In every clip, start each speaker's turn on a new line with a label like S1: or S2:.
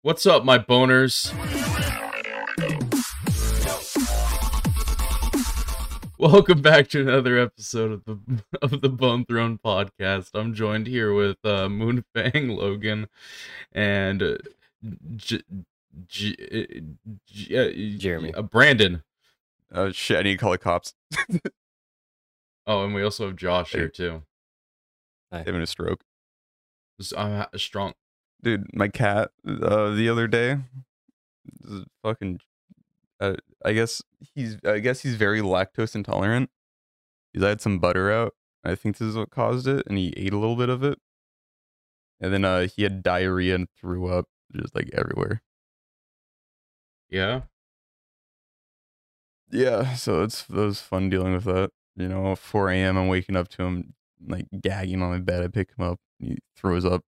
S1: What's up, my boners? Welcome back to another episode of the of the Bone Throne podcast. I'm joined here with uh, Moonfang Logan and uh, J- J- J- uh,
S2: Jeremy.
S1: uh, Brandon.
S3: Oh shit! I need to call the cops.
S1: Oh, and we also have Josh here too.
S3: Having a stroke,
S1: Just, I'm ha- uh, strong.
S3: dude. My cat uh, the other day, this is fucking. Uh, I guess he's. I guess he's very lactose intolerant. He's had some butter out. I think this is what caused it, and he ate a little bit of it. And then uh, he had diarrhea and threw up just like everywhere.
S1: Yeah.
S3: Yeah, so it's that was fun dealing with that. You know, 4 a.m. I'm waking up to him like gagging on my bed. I pick him up. He throws up.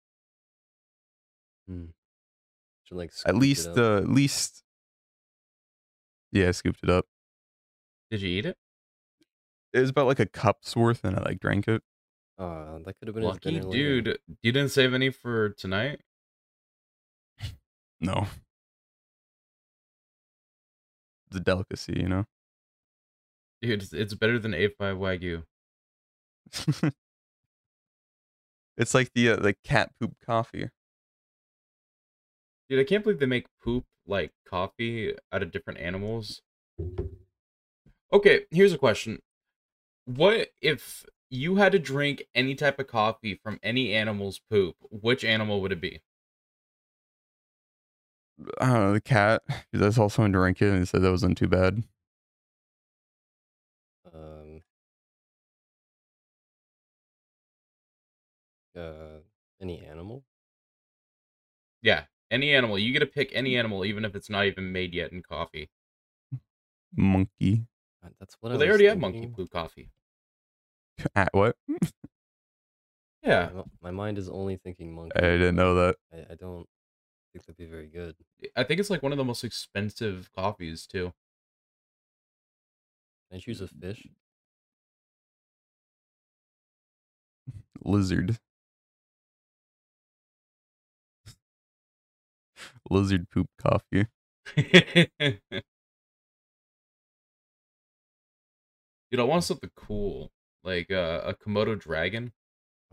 S2: Should, like, scoop
S3: At
S2: it
S3: least
S2: up.
S3: uh, at least. Yeah, I scooped it up.
S1: Did you eat it?
S3: It was about like a cup's worth, and I like drank it.
S2: Aw, Uh, that could have been his
S1: Lucky
S2: dinner later.
S1: dude. You didn't save any for tonight.
S3: No. It's a delicacy, you know.
S1: Dude, it's, it's better than A5 Wagyu.
S3: it's like the uh, the cat poop coffee.
S1: Dude, I can't believe they make poop like coffee out of different animals. Okay, here's a question. What if you had to drink any type of coffee from any animal's poop? Which animal would it be?
S3: I don't know the cat. 'cause I saw someone drink it, and he said that wasn't too bad.
S2: Um, uh, any animal?
S1: Yeah, any animal. You get to pick any animal, even if it's not even made yet in coffee.
S3: Monkey
S2: Uh, That's what I
S1: Well, they
S2: was
S1: already have monkey
S2: thinking.
S1: poop coffee.
S3: at what?
S1: Yeah, Eh.
S2: My, mi- my mind is only thinking monkey.
S3: I didn't know that.
S2: I, I don't think that'd be very good.
S1: I think it's like one of the most expensive coffees too.
S2: Can I choose a fish?
S3: Lizard. Lizard poop coffee.
S1: Dude, I want something cool, like uh, a Komodo dragon.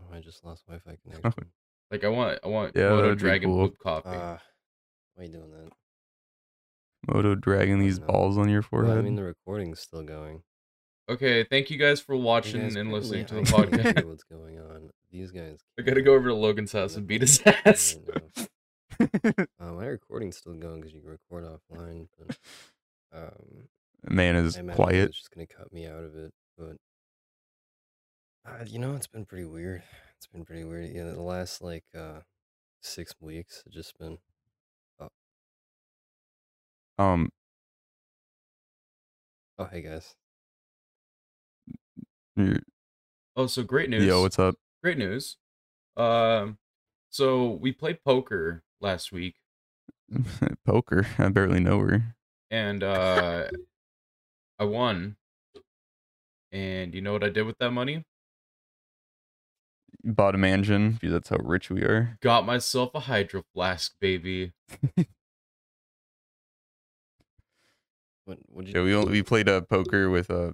S2: Oh, I just lost Wi-Fi connection.
S1: Like I want, I want
S3: Yeah, that
S1: Komodo
S3: would be
S1: dragon
S3: cool.
S1: poop coffee.
S2: Ah, why are you doing that?
S3: Moto dragging these
S2: no.
S3: balls on your
S2: Well,
S3: forehead.
S2: I mean, the recording's still going.
S1: okay, thank you guys for
S2: You
S1: watching
S2: guys
S1: and
S2: clearly-
S1: listening to the
S2: I can't hear
S1: podcast.
S2: What's going on? These guys.
S1: I gotta
S2: can't
S1: go over to Logan's
S2: hear
S1: house and
S2: the
S1: beat his
S2: podcast
S1: ass.
S2: right now. Uh, my recording's still going because you can record offline, but um,
S3: Man is
S2: I imagine
S3: quiet.
S2: It's just gonna cut me out of it. But uh, you know, it's been pretty weird. It's been pretty weird. Yeah, the last like uh six weeks, it's just been
S3: Um,
S2: oh hey guys,
S3: you're-
S1: Oh, so great news!
S3: yo, what's up?
S1: great news. Um, so we played poker last week,
S3: Poker. I barely know her.
S1: and uh, I won. And you know what I did with that money?
S3: You Bought a mansion because that's how rich we are.
S1: Got myself a hydro flask, baby.
S2: what what did
S3: Yeah,
S2: you?
S3: we only, we played uh, poker with uh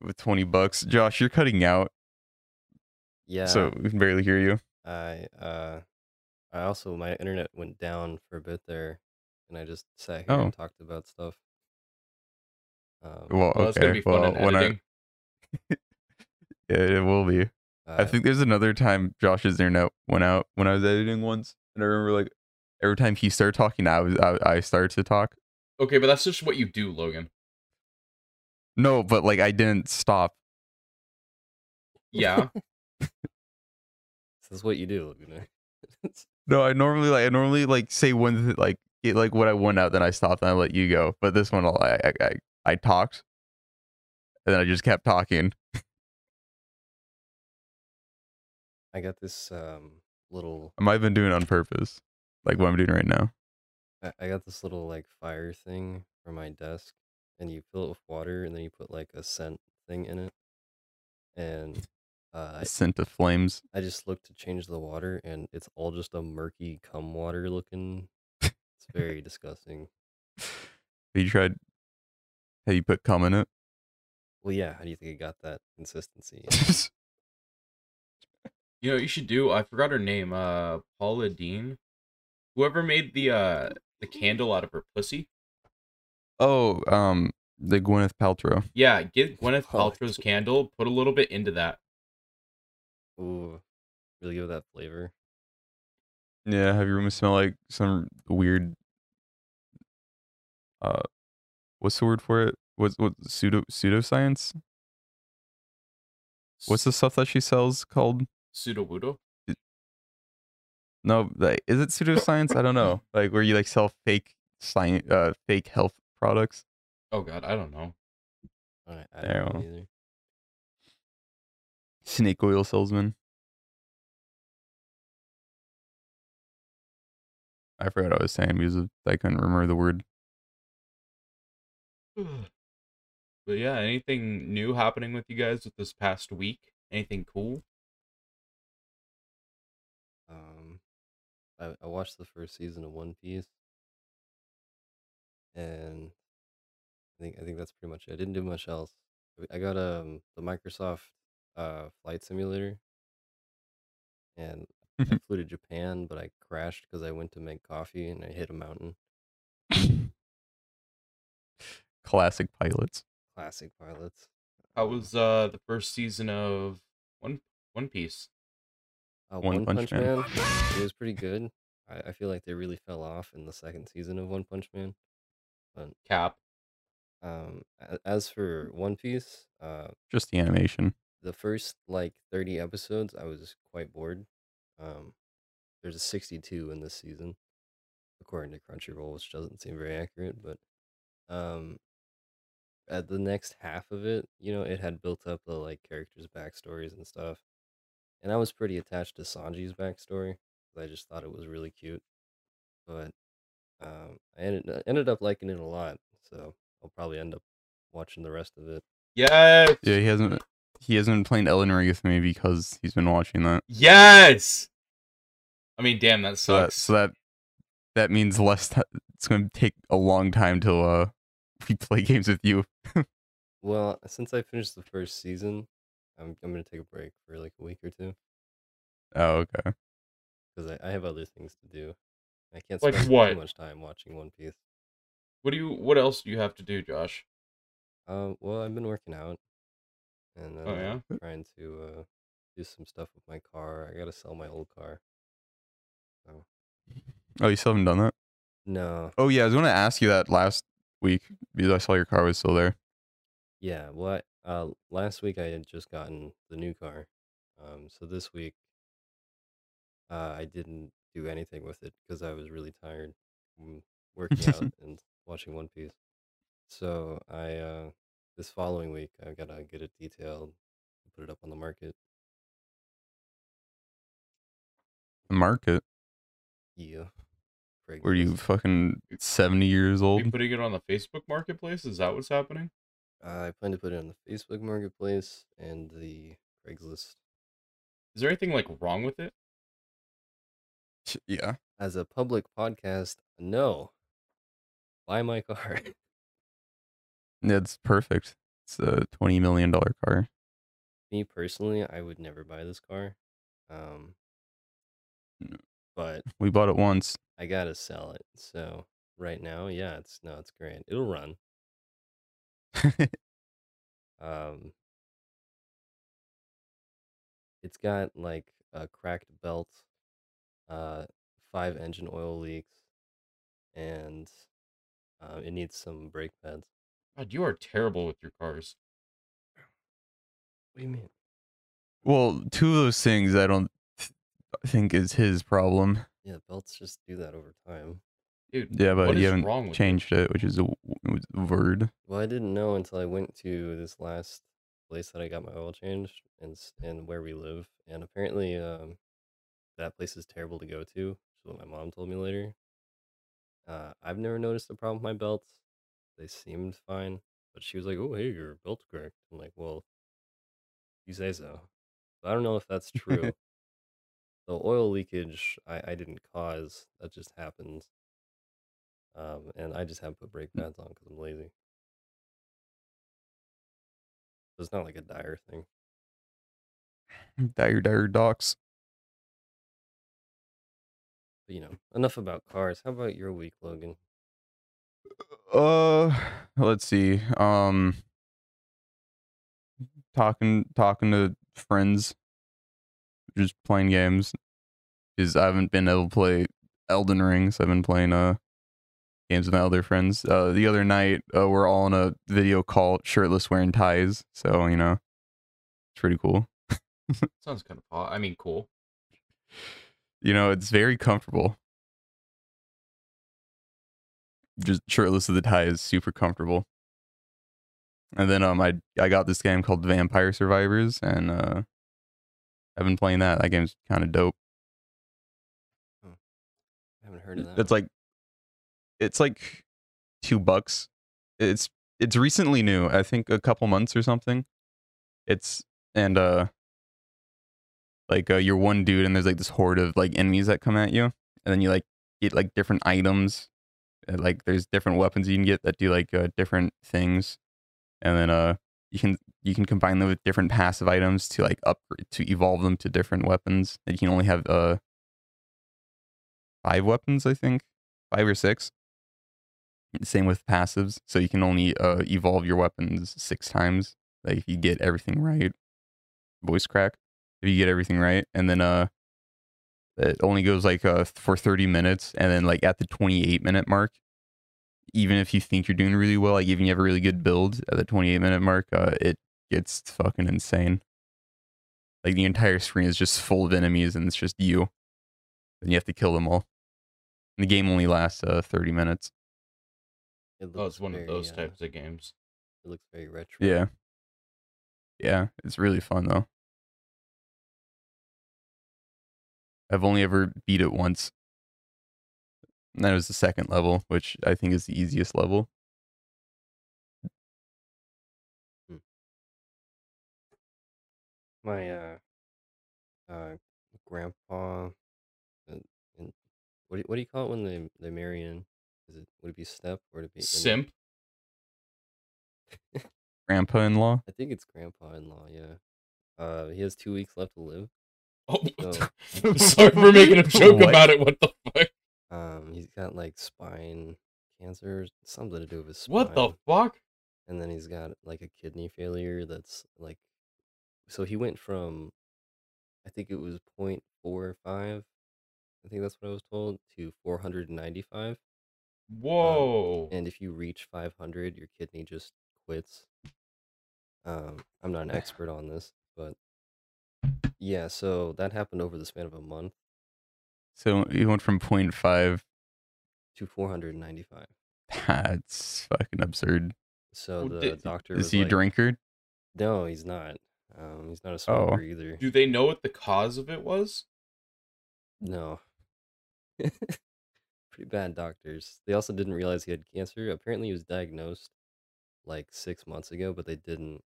S3: with twenty bucks. Josh, you're cutting out,
S2: Yeah,
S3: so we can barely hear you.
S2: I uh, I also my internet went down for a bit there, and I just sat here
S3: Oh.
S2: and talked about stuff. Um,
S3: Well,
S1: Well, that's gonna
S3: okay.
S1: be fun
S3: Well,
S1: in
S3: when I,
S1: editing.
S3: yeah, it will be. I
S2: uh,
S3: think there's another time Josh's internet went out when I was editing once, and I remember like every time he started talking, I was I, I started to talk.
S1: Okay, but that's just what you do, Logan.
S3: No, but like I didn't stop.
S1: Yeah.
S2: this is what you do. You know? It's-
S3: No, I normally like I normally like say one th- like get like what I went out, then I stopped and I let you go. But this one, I'll- I I I, I talked, and then I just kept talking.
S2: I got this um little
S3: I might have been doing it on purpose, like what I'm doing right now.
S2: I I got this little like fire thing for my desk and you fill it with water and then you put like a scent thing in it. And Uh,
S3: Sent to flames.
S2: I just looked to change the water, and it's all just a murky cum water looking. It's very disgusting.
S3: Have you tried? Have you put cum in it?
S2: Well, yeah. How do you think it got that consistency?
S1: You know, what you should do. I forgot her name. Uh, Paula Dean. Whoever made the uh the candle out of her pussy.
S3: oh, um, the Gwyneth Paltrow.
S1: Yeah, get Gwyneth
S2: Paula
S1: Paltrow's
S2: Dean.
S1: candle. Put a little bit into that.
S2: Ooh, really give it that flavor.
S3: Yeah, have your room smell like some weird. Uh, what's the word for it? What's what pseudo pseudoscience? What's the stuff that she sells called?
S1: Sudowoodo.
S3: No, like, is it pseudoscience? I don't know. Like where you like sell fake science, uh, fake health products.
S1: Oh God, I don't know.
S2: I, I
S3: There,
S2: don't know
S3: well.
S2: either.
S3: Snake oil salesman. I forgot what I was saying because I couldn't remember the word.
S1: but yeah, anything new happening with you guys with this past week? Anything cool?
S2: Um, I, I watched the first season of One Piece, and I think I think that's pretty much it. I didn't do much else. I I got um the Microsoft uh flight simulator, and I flew to Japan, but I crashed because I went to make coffee and I hit a mountain.
S3: Classic pilots.
S2: Classic pilots.
S1: How was uh the first season of One One Piece?
S2: Uh,
S3: One
S2: One,
S3: Punch
S2: Punch,
S3: Man.
S2: Man. It was pretty good. I, I feel like they really fell off in the second season of One Punch Man.
S1: Cap.
S2: Um, a- as for One Piece, uh,
S3: Just the animation.
S2: the first like 30 episodes, I was quite bored. Um, there's a 62 in this season, according to Crunchyroll, which doesn't seem very accurate, but um, at the next half of it, you know, it had built up the like characters' backstories and stuff. And I was pretty attached to Sanji's backstory 'cause I just thought it was really cute. But um, I ended, I ended up liking it a lot, so I'll probably end up watching the rest of it.
S1: Yes.
S3: Yeah, he hasn't. He hasn't been playing Ellen Ring with me because he's been watching that.
S1: Yes. I mean, damn, that
S3: So that,
S1: sucks.
S3: so that that means less. ti- it's going to take a long time till uh we play games with you.
S2: Well, since I finished the first season, I'm I'm gonna take a break for like a week or two
S3: Oh, okay.
S2: because I, I have other things to do. I can't
S1: Like
S2: spend
S1: what?
S2: too much time watching One Piece.
S1: what do you? What else do you have to do, Josh?
S2: Um, well, I've been working out, and then
S1: Oh,
S2: I'm
S1: yeah?
S2: trying to uh, do some stuff with my car. I gotta sell my old car.
S3: Oh, you still haven't done that.
S2: No,
S3: Oh yeah, I was going to ask you that last week because I saw your car was still there.
S2: yeah. Well, I, uh, last week I had just gotten the new car, um, so this week uh, I didn't do anything with it because I was really tired from working out and watching One Piece. So I uh, this following week I gotta get it detailed, and put it up on the market.
S3: The market
S2: Yeah,
S3: where you
S2: Craigslist.
S3: fucking seventy years
S1: Are
S3: old.
S1: you putting it on the Facebook Marketplace? Is that what's happening?
S2: Uh, I plan to put it on the Facebook Marketplace and the Craigslist
S1: Is there anything like wrong with it?
S3: Yeah.
S2: as a public podcast. No, buy my car.
S3: That's perfect. It's a twenty million dollar car.
S2: me personally, I would never buy this car. Um,
S3: No.
S2: but
S3: We bought it once.
S2: I gotta sell it. So right now, yeah, it's no, it's great. It'll run. Um, it's got like a cracked belt, uh, five engine oil leaks, and uh, it needs some brake pads.
S1: God, you are terrible with your cars.
S2: What do you mean?
S3: well, two of those things I don't th- think is his problem.
S2: Yeah, belts just do that over time.
S1: Dude,
S3: Yeah, but
S1: what
S3: you
S1: is
S3: haven't
S1: wrong with
S3: changed it, which is a, w- was a word.
S2: Well, I didn't know until I went to this last place that I got my oil changed and s- and where we live. And apparently, um, that place is terrible to go to. Is what my mom told me later. Uh, I've never noticed a problem with my belts. They seemed fine, but she was like, "Oh, hey, your belt's cracked." I'm like, "Well, you say so." So I don't know if that's true. the oil leakage I, I didn't cause. That just happens. Um, and I just haven't put brake pads on because I'm lazy. So it's not like a dire thing.
S3: Dire, dire docs.
S2: But you know, enough about cars. How about your week, Logan?
S3: Uh, let's see. Um, talking talking to friends, just playing games. Is I haven't been able to play Elden Ring, so I've been playing uh games with my other friends. Uh, the other night, uh, we're all in a video call, shirtless, wearing ties. So you know, it's pretty cool.
S1: Sounds kind of hot. I mean, cool.
S3: You know, it's very comfortable. Just shirtless with the tie is super comfortable. And then um I I got this game called Vampire Survivors and uh I've been playing that. That game's kind of dope.
S2: I haven't heard of that.
S3: It's
S2: one.
S3: like it's like 2 bucks. It's it's recently new. I think a couple months or something. It's and uh like uh, you're one dude and there's like this horde of like enemies that come at you and then you like get like different items and, like there's different weapons you can get that do like uh, different things and then uh you can you can combine them with different passive items to like upgrade to evolve them to different weapons and you can only have uh five weapons i think five or six same with passives so you can only uh evolve your weapons six times like if you get everything right voice crack if you get everything right and then uh it only goes like uh for 30 minutes and then like at the 28 minute mark even if you think you're doing really well like even if you have a really good build at the 28 minute mark uh it gets fucking insane like the entire screen is just full of enemies and it's just you and you have to kill them all and the game only lasts uh 30 minutes
S2: It
S1: Oh, it's one
S2: very,
S1: of those
S2: uh,
S1: types of games.
S2: It looks very retro.
S3: yeah yeah it's really fun though I've only ever beat it once. And that was the second level, which I think is the easiest level.
S2: my uh uh grandpa and, and what do you, what do you call it when they they marry in? Is it would it be step or would it be in-
S1: Simp.
S3: Grandpa in law.
S2: I think it's grandpa in law, yeah. Uh he has two weeks left to live.
S1: Oh,
S2: So-
S1: I'm sorry for making a joke
S3: What?
S1: about it. What the fuck?
S2: Um he's got like spine cancer, something to do with his spine.
S1: What the fuck?
S2: and then he's got like a kidney failure that's like so he went from i think it was 0.45 i think that's what i was told to 495
S1: Whoa.
S2: Um, and if you reach 500 your kidney just quits um i'm not an expert on this but yeah so that happened over the span of a month
S3: So you went from 0.5.
S2: to 495
S3: That's fucking absurd.
S2: so
S1: Well,
S2: the
S1: did-
S2: doctor
S3: Is
S2: was
S3: he a
S2: like,
S3: drinker?
S2: no he's not um he's not a
S3: Oh.
S2: smoker either
S1: Do they know what the cause of it was?
S2: No. Pretty bad doctors. They also didn't realize he had cancer. Apparently, he was diagnosed like six months ago, but they didn't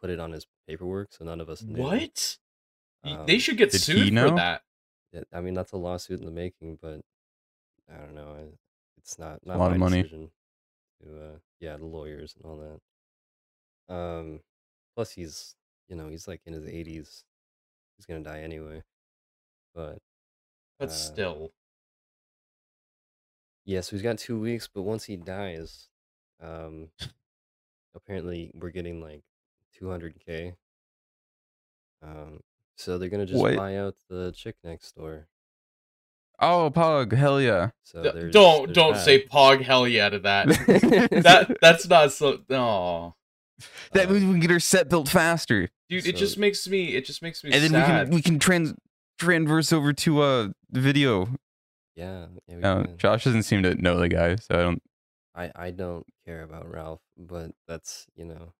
S2: put it on his paperwork, so none of us knew.
S1: What? Y-
S2: Um,
S1: they should get
S3: Did he
S1: sued for
S3: know?
S1: that.
S2: that- I mean, that's a lawsuit in the making, but I don't know. I- It's not not
S3: lot of
S2: my
S3: money.
S2: decision. To, uh, yeah, the lawyers and all that. Um, plus he's you know he's like in his eighties. He's gonna die anyway. But
S1: But
S2: Uh,
S1: still,
S2: Yeah, so he's got two weeks, but once he dies, um, apparently we're getting like 200k. Um, so they're gonna just
S3: What?
S2: buy out the chick next door.
S3: Oh, Pog. Hell yeah.
S2: So
S1: D-
S2: there's,
S1: don't
S2: there's
S1: don't
S2: that.
S1: say pog hell yeah to that.
S3: that
S1: that that's not so. No,
S3: that
S2: Um,
S3: means we can get our set built faster.
S1: dude, it
S2: So-
S1: just makes me. It just makes me
S3: And then
S1: sad.
S3: we can we can trans transverse over to uh video.
S2: Yeah, yeah we
S3: Uh,
S2: can.
S3: Josh doesn't seem to know the guy, so I don't
S2: I I don't care about Ralph, but that's you know,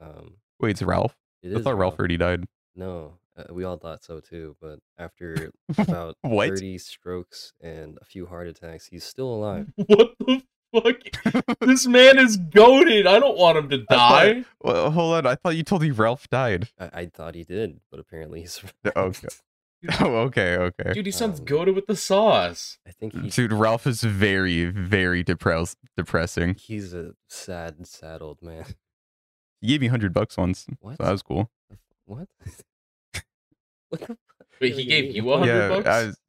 S2: um,
S3: wait, it's Ralph.
S2: it
S3: I
S2: is
S3: thought Ralph already died.
S2: No, uh, we all thought so too, but after about
S3: What?
S2: 30 strokes and a few heart attacks, he's still alive.
S1: what the fuck? this man is goaded. I don't want him to
S3: thought-
S1: die.
S3: Well, hold on. I thought you told me Ralph died.
S2: I, I thought he did, but apparently he's.
S3: Okay. Oh, okay, okay.
S1: Dude, he sounds
S2: Um,
S1: goaded with the sauce.
S2: I think he,
S3: Dude, Ralph is very, very depressed, depressing.
S2: he's a sad, sad old man.
S3: He gave me hundred bucks once. So
S2: What?
S3: that was cool.
S2: What? what the
S1: Wait, he gave you a hundred
S3: yeah,
S1: bucks?
S3: I was-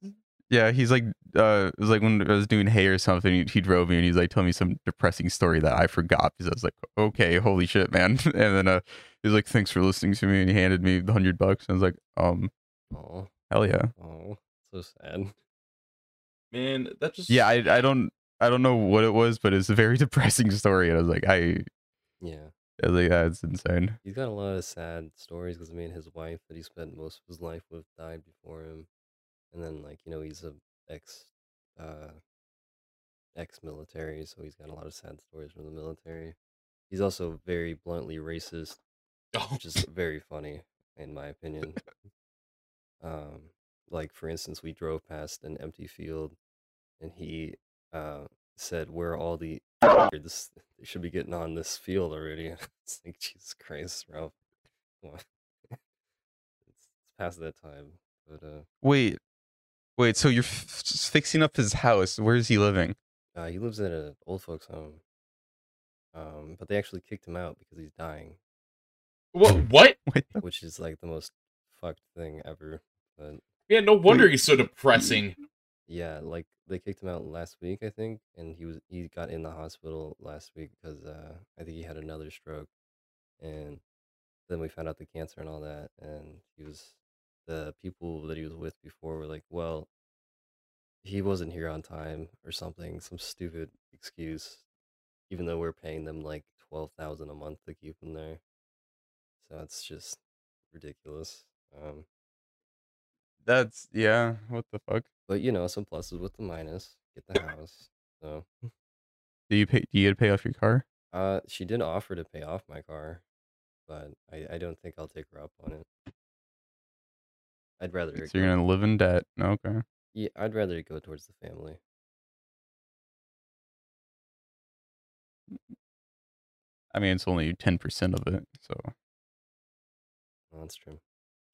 S3: yeah. He's like, uh, it was like when I was doing hay or something. He, he drove me and he's like telling me some depressing story that I forgot because I was like, okay, holy shit, man. And then uh, he was like, thanks for listening to me, and he handed me the hundred bucks. And I was like, um,
S2: Oh,
S3: hell yeah.
S2: oh, so sad.
S1: Man, that just
S3: Yeah, I, I don't, I don't know what it was, but it's a very depressing story. And I was like, I,
S2: Yeah,
S3: I was like, that's insane.
S2: he's got a lot of sad stories because I mean, his wife that he spent most of his life with died before him, and then like you know he's a ex, uh, ex-military, so he's got a lot of sad stories from the military. He's also very bluntly racist,
S1: Oh,
S2: which is very funny in my opinion. Um, like for instance, we drove past an empty field, and he uh, said, "Where are all the this they should be getting on this field already." it's like Jesus Christ, Ralph. Come on. it's, it's past that time, but uh,
S3: Wait, wait. So you're f- f- fixing up his house. Where is he living?
S2: uh, he lives at an old folks' home. Um, but they actually kicked him out because he's dying,
S1: what? What?
S3: What the
S2: which is like the most fucked thing ever. But
S1: Yeah, no wonder
S3: Wait.
S1: he's so depressing.
S2: Yeah, like they kicked him out last week, I think, and he was he got in the hospital last week because uh, I think he had another stroke, and then we found out the cancer and all that, and he was the people that he was with before were like, well, he wasn't here on time or something, some stupid excuse, even though we're paying them like twelve thousand a month to keep him there, so it's just ridiculous. Um,
S3: That's yeah. What the fuck?
S2: but you know, some pluses with the minus, get the house, so.
S3: Do you pay? Do you get to pay off your car?
S2: Uh, she did offer to pay off my car, but I, I don't think I'll take her up on it. I'd rather
S3: So
S2: it
S3: you're
S2: go,
S3: gonna live in debt. Okay.
S2: yeah, I'd rather it go towards the family.
S3: I mean, it's only ten percent of it. So
S2: No, that's true.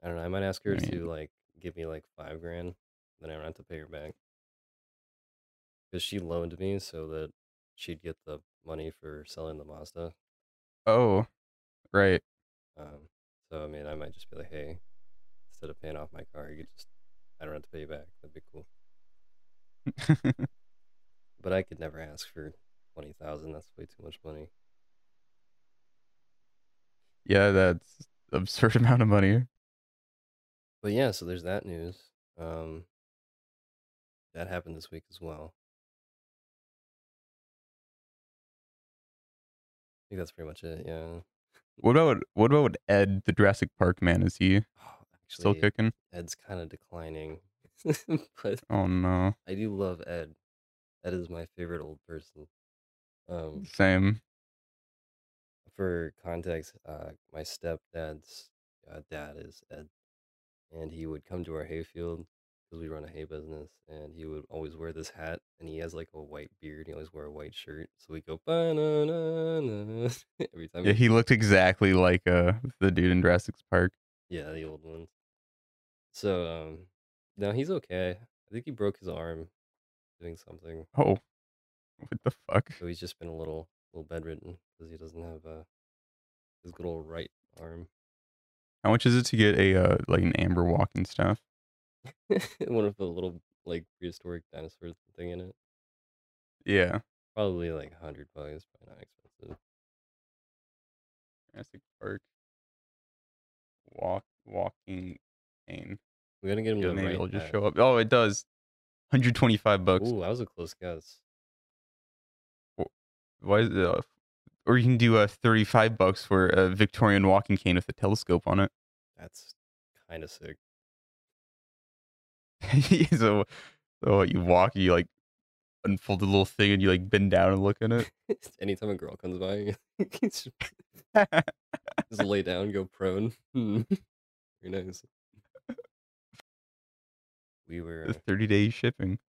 S2: I don't know. I might ask her
S3: mean-
S2: to like give me like five grand, then I don't have to pay her back. Because she loaned me so that she'd get the money for selling the Mazda.
S3: oh, right.
S2: Um, so I mean, I might just be like, hey, instead of paying off my car, you could just I don't have to pay you back. That'd be cool. But I could never ask for twenty thousand. That's way too much money.
S3: yeah, that's absurd amount of money.
S2: But yeah, so there's that news. Um, that happened this week as well. I think that's pretty much it. Yeah.
S3: What about what about Ed, the Jurassic Park man? Is he
S2: Oh,
S3: still
S2: actually,
S3: kicking?
S2: Ed's kind of declining, but
S3: Oh no,
S2: I do love Ed. Ed is my favorite old person. Um,
S3: same.
S2: for context, uh, my stepdad's uh, dad is Ed, and he would come to our hayfield because we run a hay business, and he would always wear this hat, and he has like a white beard. He always wore a white shirt, so we go "Ba-na-na-na," every time.
S3: Yeah, he looked exactly like uh the dude in Jurassic Park.
S2: yeah, the old ones. So um, now he's okay. I think he broke his arm doing something,
S3: Oh, what the fuck?
S2: so he's just been a little little bedridden because he doesn't have uh, his good old right arm.
S3: How much is it to get a uh like an amber walking staff?
S2: one of the little like prehistoric dinosaur thing in it.
S3: Yeah,
S2: Probably like hundred bucks, probably not expensive.
S3: Jurassic Park. Walk walking cane.
S2: We gotta get him
S3: Yeah,
S2: the
S3: maybe
S2: right
S3: it'll just
S2: hat.
S3: show up. Oh, it does. 125 bucks.
S2: Ooh, that was a close guess.
S3: Why is it off? Or you can do a 35 bucks for a Victorian walking cane with a telescope on it.
S2: That's kind of sick.
S3: so, so what, you walk, you like unfold the little thing and you like bend down and look at it.
S2: Anytime a girl comes by, just just lay down, go prone. Hmm. Very nice. We were
S3: The 30 day shipping.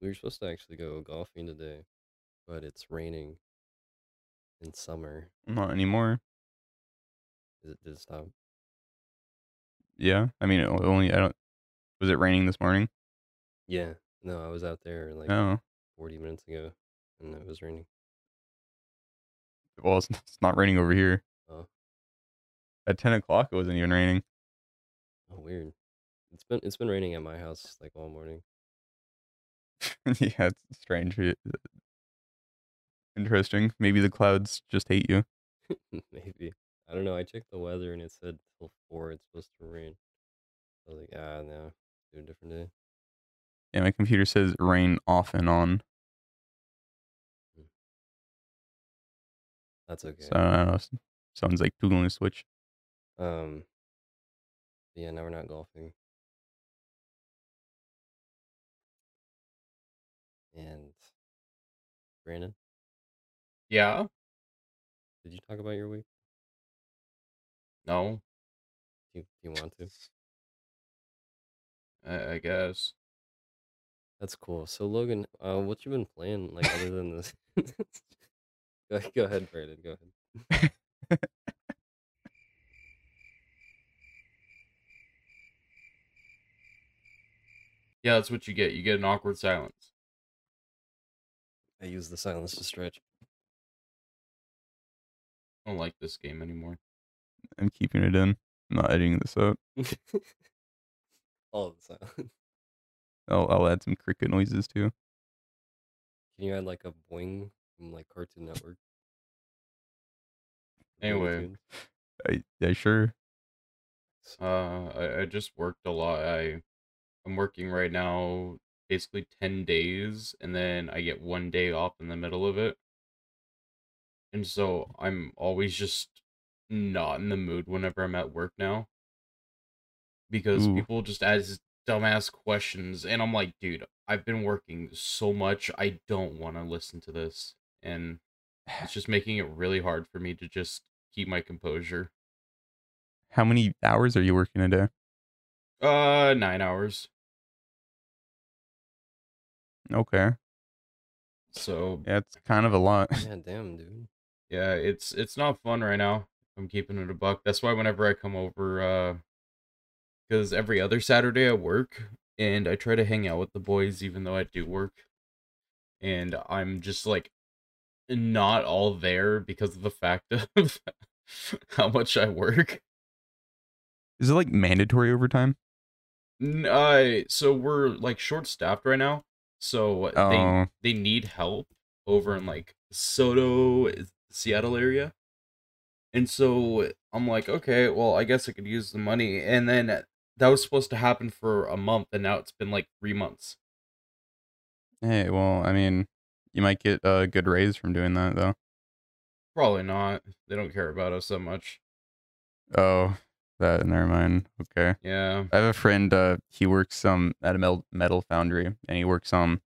S2: we were supposed to actually go golfing today, but it's raining in summer.
S3: Not anymore.
S2: Is it, did it stop?
S3: Yeah. I mean, it only, I don't, was it raining this morning?
S2: Yeah. No, I was out there like
S3: No.
S2: 40 minutes ago and it was raining.
S3: Well, it's, it's not raining over here.
S2: Oh.
S3: At 10 o'clock, it wasn't even raining.
S2: Oh, weird. It's been it's been raining at my house like all morning.
S3: yeah, it's strange. It- uh, Interesting. Maybe the clouds just hate you.
S2: Maybe. I don't know. I checked the weather and it said till 4 it's supposed to rain. I was like, ah, no. Do a different day.
S3: Yeah, my computer says rain off and on.
S2: That's okay.
S3: So I don't know. s- Sounds like two on the switch.
S2: Um. Yeah, now we're not golfing. And Brandon,
S1: Yeah.
S2: did you talk about your week?
S1: No.
S2: Do you, do you want to?
S1: I, I guess.
S2: That's cool. So Logan, uh, what you been playing like other than this? go, go ahead, Brandon. Go ahead.
S1: Yeah, that's what you get. You get an awkward silence.
S2: I use the silence to stretch.
S1: I don't like this game anymore.
S3: I'm keeping it in. I'm not editing this out.
S2: All of the silence. Can
S3: I'll, I'll add some cricket noises too.
S2: you add like a boing from like Cartoon Network? Looney
S1: Anyway.
S2: Tunes?
S3: I, yeah, sure.
S1: Uh, I, I just worked a lot. I I'm working right now basically 10 days and then I get one day off in the middle of it. And so I'm always just not in the mood whenever I'm at work now. Because
S3: Ooh.
S1: people just ask dumbass questions and I'm like, dude, I've been working so much. I don't want to listen to this. And it's just making it really hard for me to just keep my composure.
S3: How many hours are you working a day?
S1: Uh, 9 hours.
S3: Okay.
S1: So
S3: Yeah, it's kind of a lot.
S2: Yeah, damn, dude.
S1: yeah, it's it's not fun right now. I'm keeping it a buck. That's why whenever I come over, uh, because every other Saturday I work and I try to hang out with the boys, even though I do work, and I'm just like not all there because of the fact of how much I work.
S3: Is it like mandatory overtime?
S1: N- Uh, so we're like short staffed right now, so they
S3: Oh,
S1: they need help over in like Soto, Seattle area. And so I'm like, okay, well, I guess I could use the money. And then that was supposed to happen for a month, and now it's been like three months.
S3: hey, well, I mean, you might get a good raise from doing that though.
S1: Probably not. They don't care about us that much.
S3: Oh, that never mind. Okay.
S1: Yeah.
S3: I have a friend. Uh, he works um at a mel- metal foundry, and he works um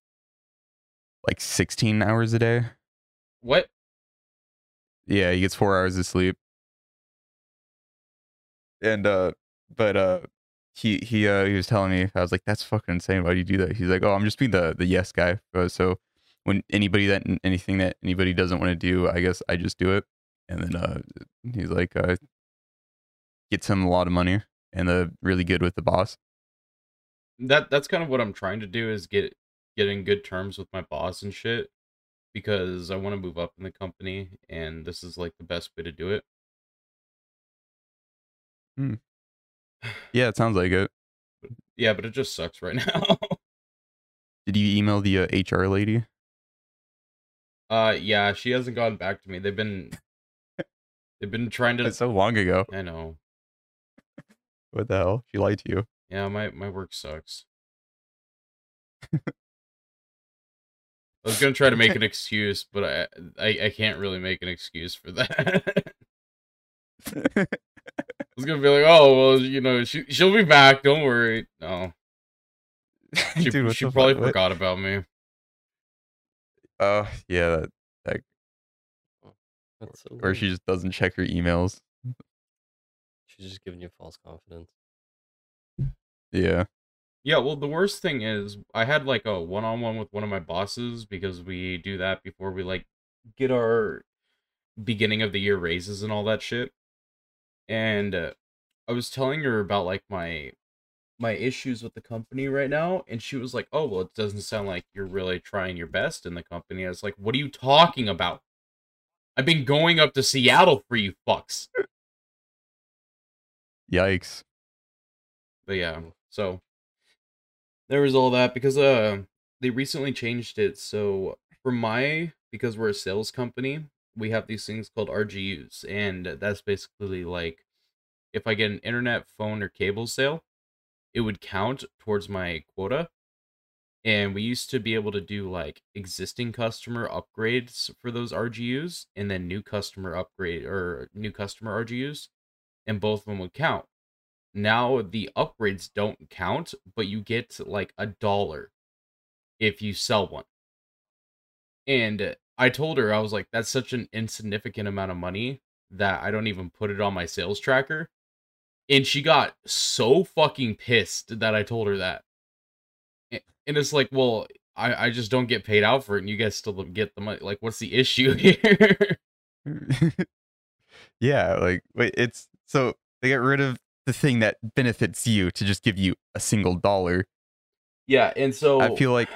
S3: like sixteen hours a day.
S1: What?
S3: Yeah, he gets four hours of sleep. And uh, but uh, he he uh he was telling me I was like, that's fucking insane. Why do you do that? He's like, oh, I'm just being the the yes guy. Uh, so when anybody that anything that anybody doesn't want to do, I guess I just do it. And then uh, he's like, uh, gets him a lot of money and uh, really good with the boss.
S1: That that's kind of what I'm trying to do is get get in good terms with my boss and shit because I want to move up in the company and this is like the best way to do it.
S3: Yeah, it sounds like it.
S1: Yeah, but it just sucks right now.
S3: Did you email the uh, HR lady?
S1: Uh, yeah, she hasn't gone back to me. They've been, they've been trying to.
S3: That's so long ago.
S1: I know.
S3: What the hell? She lied to you.
S1: Yeah, my my work sucks. I was gonna try to make an excuse, but I I, I can't really make an excuse for that. I was gonna be like, oh well, you know, she she'll be back. Don't worry. No, she,
S3: Dude, what
S1: she
S3: the fuck?
S1: probably
S3: What-
S1: forgot about me.
S3: Oh, yeah. That,
S2: That's so
S3: or she
S2: weird.
S3: just doesn't check her emails.
S2: she's just giving you false confidence.
S3: Yeah.
S1: Yeah, well, the worst thing is I had like a one-on-one with one of my bosses because we do that before we like get our beginning of the year raises and all that shit. And uh, I was telling her about like my my issues with the company right now, and she was like, "Oh, well, it doesn't sound like you're really trying your best in the company." I was like, "What are you talking about? I've been going up to Seattle for you fucks."
S3: Yikes.
S1: But yeah, so there was all that because uh they recently changed it so for my because we're a sales company we have these things called rgus and that's basically like if i get an internet phone or cable sale it would count towards my quota and we used to be able to do like existing customer upgrades for those rgus and then new customer upgrade or new customer rgus and both of them would count now the upgrades don't count, but you get like a dollar if you sell one. And I told her, I was like, that's such an insignificant amount of money that I don't even put it on my sales tracker. And she got so fucking pissed that I told her that. A- And it's like, well, I, I just don't get paid out for it and you guys still get the money. Like, what's the issue here?
S3: yeah, like wait, it's so they get rid of the thing that benefits you to just give you a single dollar.
S1: yeah. And so
S3: I feel like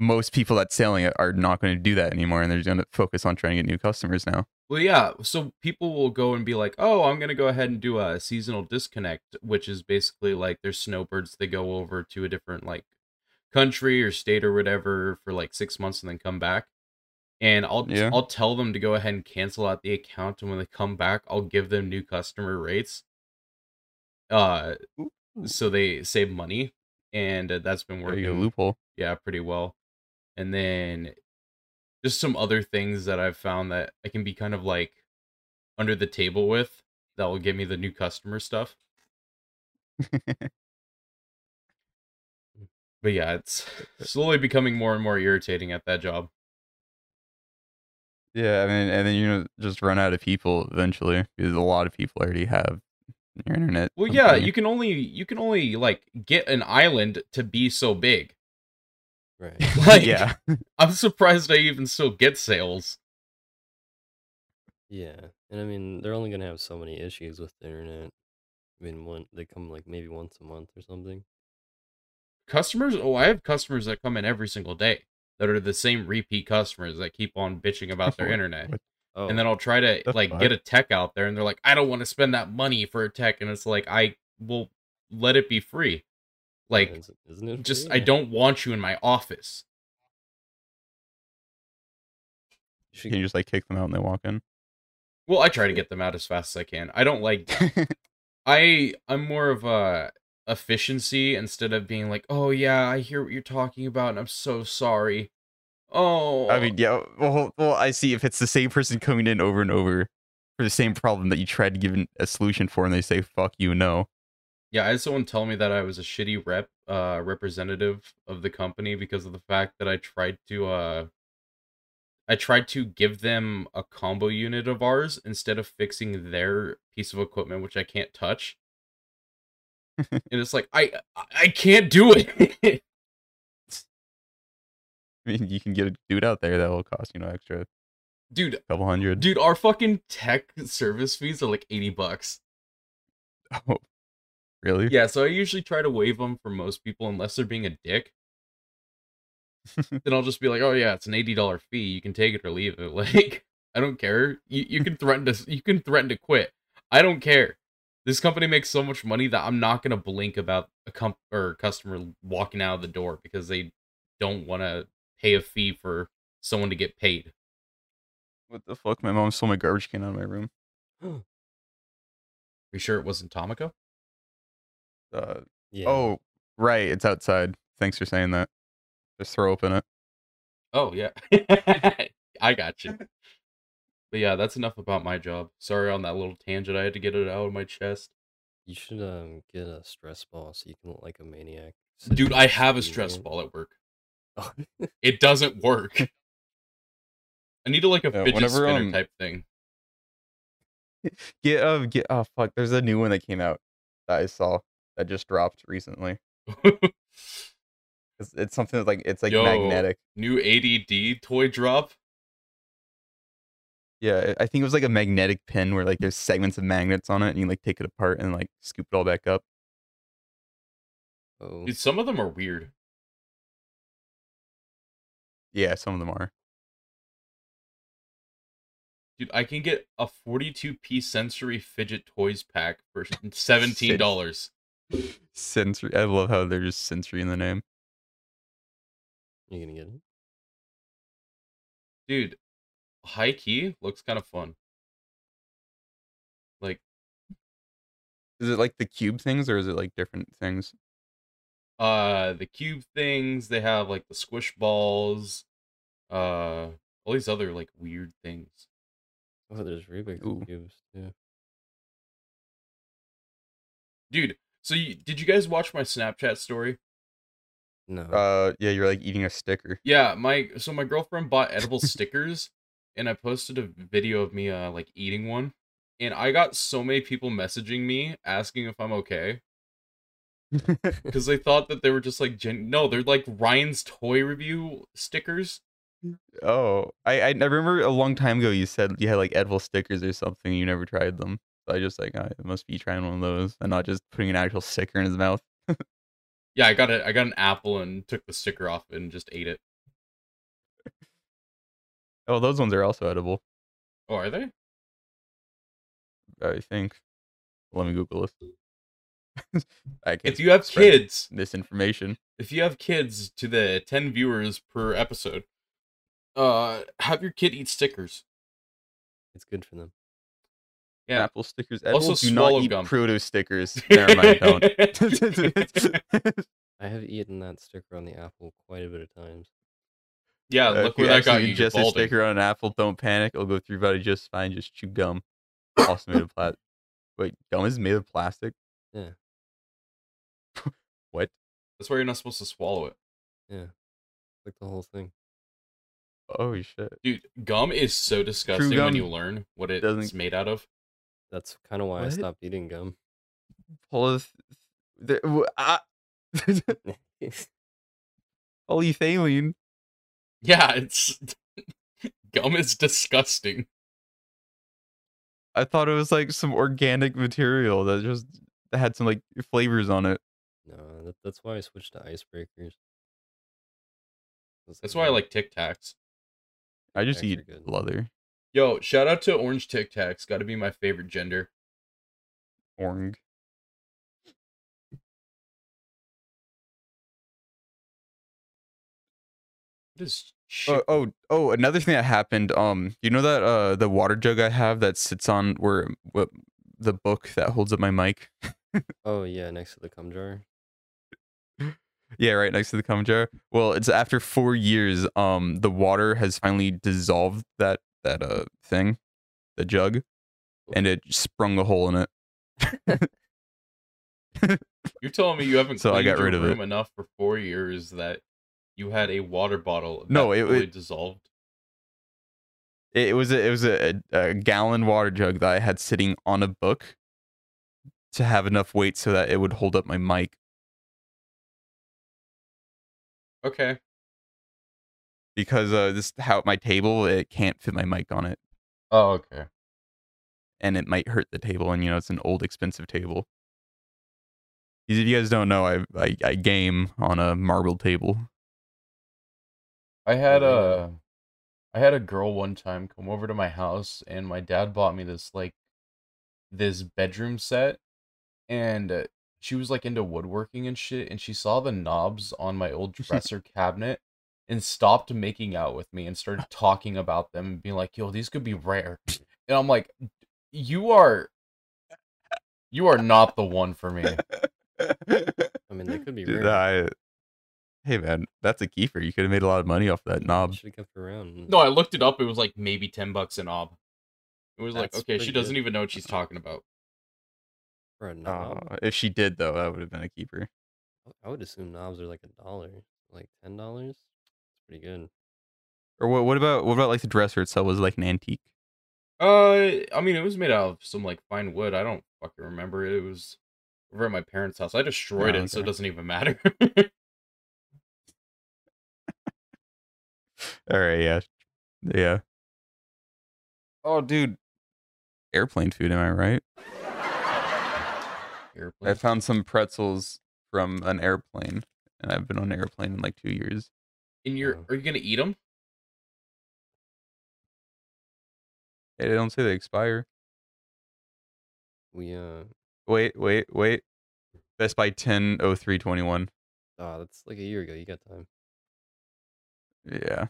S3: most people that's selling it are not going to do that anymore, and they're going to focus on trying to get new customers now.
S1: Well, yeah. So people will go and be like, "Oh, I'm gonna go ahead and do a seasonal disconnect," which is basically like there's snowbirds that go over to a different like country or state or whatever for like six months and then come back. And I'll
S3: Yeah.
S1: I'll tell them to go ahead and cancel out the account, and when they come back, I'll give them new customer rates. Uh, so they save money, and uh, that's been
S3: Or you
S1: working
S3: get a loophole.
S1: yeah, pretty well. And then just some other things that I've found that I can be kind of like under the table with that will give me the new customer stuff. But yeah, it's slowly becoming more and more irritating at that job.
S3: Yeah, I mean, and then you're gonna just run out of people eventually because a lot of people already have your internet.
S1: Well, yeah,
S3: company.
S1: you can only you can only like get an island to be so big.
S2: Right.
S1: Like,
S3: yeah,
S1: I'm surprised I even still get sales.
S2: Yeah, and I mean they're only gonna have so many issues with the internet. I mean, one they come like maybe once a month or something.
S1: Customers, oh, I have customers that come in every single day that are the same repeat customers that keep on bitching about their
S3: What-
S1: internet.
S2: Oh,
S1: and then I'll try to
S3: the
S1: like
S3: fuck?
S1: get a tech out there, and they're like, I don't want to spend that money for a tech, and it's like I will let it be free. Like,
S2: isn't, isn't it
S1: just
S2: free?
S1: I don't want you in my office.
S2: You
S3: you
S2: should-
S3: can just like kick them out and they walk in.
S1: Well, I try to get them out as fast as I can. I don't like I I'm more of a efficiency instead of being like, oh yeah, I hear what you're talking about, and I'm so sorry. Oh,
S3: I mean, yeah. Well, well, I see if it's the same person coming in over and over for the same problem that you tried to give an- a solution for, and they say "fuck you," no.
S1: Yeah, I had someone tell me that I was a shitty rep uh representative of the company because of the fact that I tried to uh I tried to give them a combo unit of ours instead of fixing their piece of equipment which I can't touch. and it's like I I- I can't do it.
S3: I mean, you can get a dude out there that will cost you know extra
S1: dude,
S3: couple hundred.
S1: dude, our fucking tech service fees are like 80 bucks.
S3: Oh, really?
S1: Yeah, so I usually try to waive them for most people unless they're being a dick. then I'll just be like, "Oh yeah, it's an eighty dollar fee. You can take it or leave it. Like I don't care. You you can threaten to you can threaten to quit. I don't care. This company makes so much money that I'm not gonna blink about a comp or customer walking out of the door because they don't want to pay a fee for someone to get paid.
S3: What the fuck? My mom stole my garbage can out of my room.
S1: Are you sure it wasn't Tomiko?
S3: Uh,
S2: yeah.
S3: Oh, right. It's outside. Thanks for saying that. Just throw open it.
S1: Oh yeah, I got you. But yeah, that's enough about my job. Sorry on that little tangent. I had to get it out of my chest.
S2: you should um get a stress ball so you can look like a maniac. Sit
S1: Dude,
S2: down
S1: I
S2: and
S1: have a
S2: scream
S1: stress
S2: at
S1: ball at work.
S2: it.
S1: It doesn't work. I need to like a
S3: Yeah,
S1: fidget
S3: whenever,
S1: spinner
S3: um,
S1: type thing.
S3: Get uh get oh fuck. There's a new one that came out that I saw that just dropped recently. It's, it's something that's like it's like
S1: Yo.
S3: magnetic.
S1: New ADD toy drop.
S3: Yeah, I I think it was like a magnetic pin where like there's segments of magnets on it, and you like take it apart and like scoop it all back up.
S2: Oh,
S1: Dude, some of them are weird.
S3: Yeah, some of them are.
S1: Dude, I can get a 42 piece sensory fidget toys pack for $17.
S3: Sensory. I love how they're just sensory in the name.
S2: you gonna get it?
S1: Dude, high key looks kind of fun. Like,
S3: Is it like the cube things or is it like different things?
S1: uh, the cube things, they have like the squish balls, uh, all these other like weird things.
S2: Oh, there's Rubik's
S3: Ooh.
S2: cubes. Yeah.
S1: Dude, so you, did you guys watch my Snapchat story?
S2: No.
S3: Uh, yeah, you're like eating a sticker.
S1: Yeah, my so my girlfriend bought edible stickers, and I posted a video of me uh like eating one, and I got so many people messaging me asking if I'm okay because they thought that they were just like gen- no, they're like Ryan's toy review stickers.
S3: oh, I, I I remember a long time ago you said you had like edible stickers or something. You never tried them. So I just like I must be trying one of those and not just putting an actual sticker in his mouth.
S1: Yeah, I got it. I got an apple and took the sticker off and just ate it.
S3: Oh, those ones are also edible.
S1: Oh, are they?
S3: I think. Let me Google this. I can't
S1: If you have
S3: spread
S1: kids,
S3: this information.
S1: if you have kids to the 10 viewers per episode uh have your kid eat stickers
S2: it's good for them.
S1: Yeah.
S3: Apple stickers.
S1: Also
S3: edibles do not
S1: swallow
S3: eat
S1: gum.
S3: Proto stickers. Never mind. Don't.
S2: I have eaten that sticker on the apple quite a bit of times.
S1: yeah
S3: Uh,
S1: look
S3: if you
S1: where that got
S3: accidentally
S1: you
S3: Just
S1: you're
S3: a
S1: balding.
S3: sticker on an apple. Don't panic. It'll go through your body just fine. Just chew gum. Also made of plastic. Wait, gum is made of plastic.
S2: Yeah.
S3: what?
S1: that's why you're not supposed to swallow it
S2: Like the whole thing.
S3: Oh shit!
S1: dude gum is so disgusting when
S3: gum
S1: you learn what it's
S3: doesn't-
S1: made out of
S2: That's kind of why I
S3: What?
S2: stopped eating gum.
S3: Polyth- there, w- ah, polyethylene.
S1: yeah it's gum is disgusting
S3: I thought it was like some organic material that just had some like flavors on it.
S2: No, that, that's why I switched to icebreakers.
S1: that's why i like tic tacs
S3: I just
S2: Tic Tacs
S3: eat
S2: are good.
S3: leather,
S1: yo shout out to orange tic tacs gotta be my favorite gender
S3: orange.
S1: what is shit?
S3: Oh, oh, oh! Another thing that happened. Um, you know that uh, the water jug I have that sits on where what the book that holds up my mic.
S2: Oh yeah, next to the cum jar.
S3: Yeah, right next to the cum jar. Well, it's after four years. Um, the water has finally dissolved that that uh thing, the jug, and it sprung a hole in it.
S1: You're telling me you haven't
S3: So I
S1: cleaned
S3: got
S1: your
S3: rid of it.
S1: room enough for four years that you had a water bottle
S3: No,
S1: that
S3: it-
S1: fully
S3: it-
S1: dissolved.
S3: It, it was a, it was a, a gallon water jug that I had sitting on a book to have enough weight so that it would hold up my mic
S1: Okay,
S3: because uh this how my table it can't fit my mic on it
S1: oh okay,
S3: and it might hurt the table and you know it's an old expensive table. 'Cause If you guys don't know, I I, I game on a marble table.
S1: I had
S2: yeah.
S1: a, I had a girl one time come over to my house, and my dad bought me this like, this bedroom set, and uh, she was like into woodworking and shit, and she saw the knobs on my old dresser cabinet, and stopped making out with me and started talking about them and being like, "Yo, these could be rare," and I'm like, "You are, you are not the one for me."
S2: I mean, they could be
S3: Dude,
S2: rare.
S3: I- hey man, that's a keeper. You could have made a lot of money off that knob.
S2: Should have kept around.
S1: No, I looked it up. It was like maybe ten bucks an ob. It was like
S2: That's
S1: okay, she
S2: pretty
S1: doesn't
S2: good.
S1: even know what she's talking about.
S2: for a knob.
S3: Uh, if she did though, that would have been a keeper.
S2: I would assume knobs are like a dollar, like ten dollars. It's pretty good.
S3: Or what? What about what about like the dresser itself was like an antique?
S1: Uh, I mean, it was made out of some like fine wood. I don't fucking remember. It was over at my parents' house. I destroyed
S3: Oh,
S1: it, so it
S3: okay.
S1: doesn't even matter.
S3: All right, yeah, yeah. Oh, dude, airplane food. Am I right?
S1: Airplane.
S3: I found some pretzels from an airplane, and I've been on an airplane in like two years.
S1: in your. Are you gonna eat them?
S3: They don't say they expire.
S2: We uh,
S3: Wait, wait, wait. Best by ten oh three twenty one.
S2: ah, that's like a year ago. You got time.
S3: Yeah,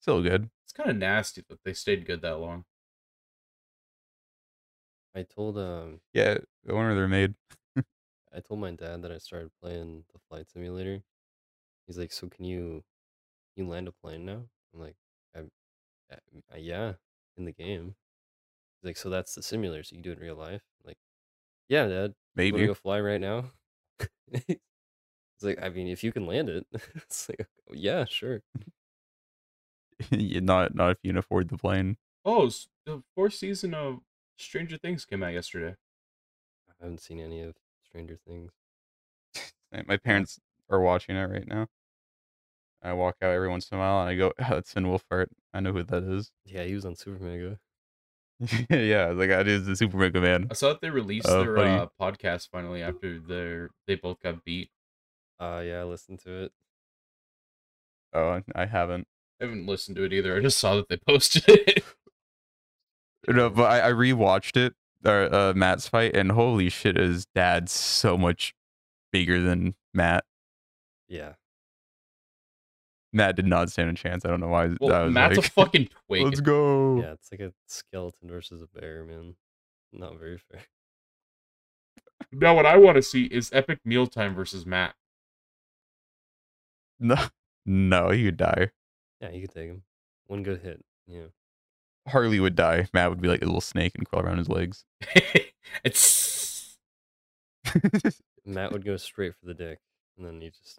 S3: still good.
S1: It's kind of nasty that they stayed good that long.
S2: I told um,
S3: Yeah, I wonder they're made.
S2: I told my dad that I started playing the flight simulator. He's like, "So can you, can you land a plane now?" I'm like, I, I, "Yeah, in the game." He's like, "So that's the simulator. So you do it in real life?" I'm like, "Yeah, Dad. You wanna
S3: Maybe.
S2: go fly right now?" He's like, "I mean, if you can land it." it's like, "Oh, "Yeah, sure."
S3: Yeah, not not if you can afford the plane.
S1: Oh, s- the fourth season of Stranger Things came out yesterday.
S2: I haven't seen any of Stranger Things.
S3: Uh, My parents are watching it right now. I walk out every once in a while and I go, oh, that's Finn Wolfhard. I know who that is.
S2: Yeah, he was on Super Mega.
S3: yeah, I was like, that is the Super Mega Man.
S1: I saw that they released
S3: Oh,
S1: their
S3: funny.
S1: uh, podcast finally after their they both got beat.
S2: Uh yeah, I listened to it.
S3: Oh, I haven't.
S1: I haven't listened to it either. I just saw that they posted it.
S3: No, but I, I rewatched it, or, uh, Matt's fight, and holy shit, his dad's so much bigger than Matt.
S2: Yeah,
S3: Matt did not stand a chance. I don't know why. I
S1: Well,
S3: was
S1: Matt's
S3: like,
S1: a fucking twig.
S3: Let's go.
S2: yeah, it's like a skeleton versus a bear, man. Not very fair.
S1: Now, what I want to see is Epic Mealtime versus Matt.
S3: No, no, he would die.
S2: Yeah, you could take him. One good hit. Yeah.
S3: Harley would die. Matt would be like a little snake and crawl around his legs.
S1: it's
S2: Matt would go straight for the dick, and then you just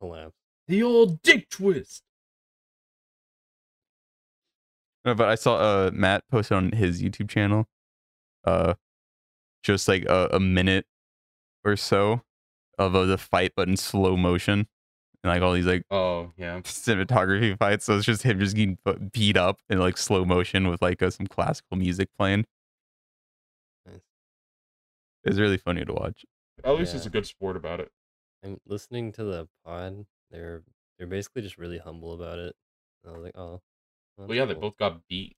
S2: collapse.
S1: the old dick twist.
S3: No, but I saw uh Matt post on his YouTube channel, uh, just like a, a minute or so of uh, the fight, but in slow motion, and like all these like
S1: Oh yeah,
S3: cinematography fights. So it's just him just getting bu- beat up in like slow motion with like uh, some classical music playing.
S2: Nice.
S3: It's really funny to watch.
S1: at least it's
S2: Yeah.
S1: a good sport about it.
S2: I'm listening to the pod. They're they're basically just really humble about it. And I was like, oh.
S1: Well, yeah, they
S2: that's cool."
S1: both got beat.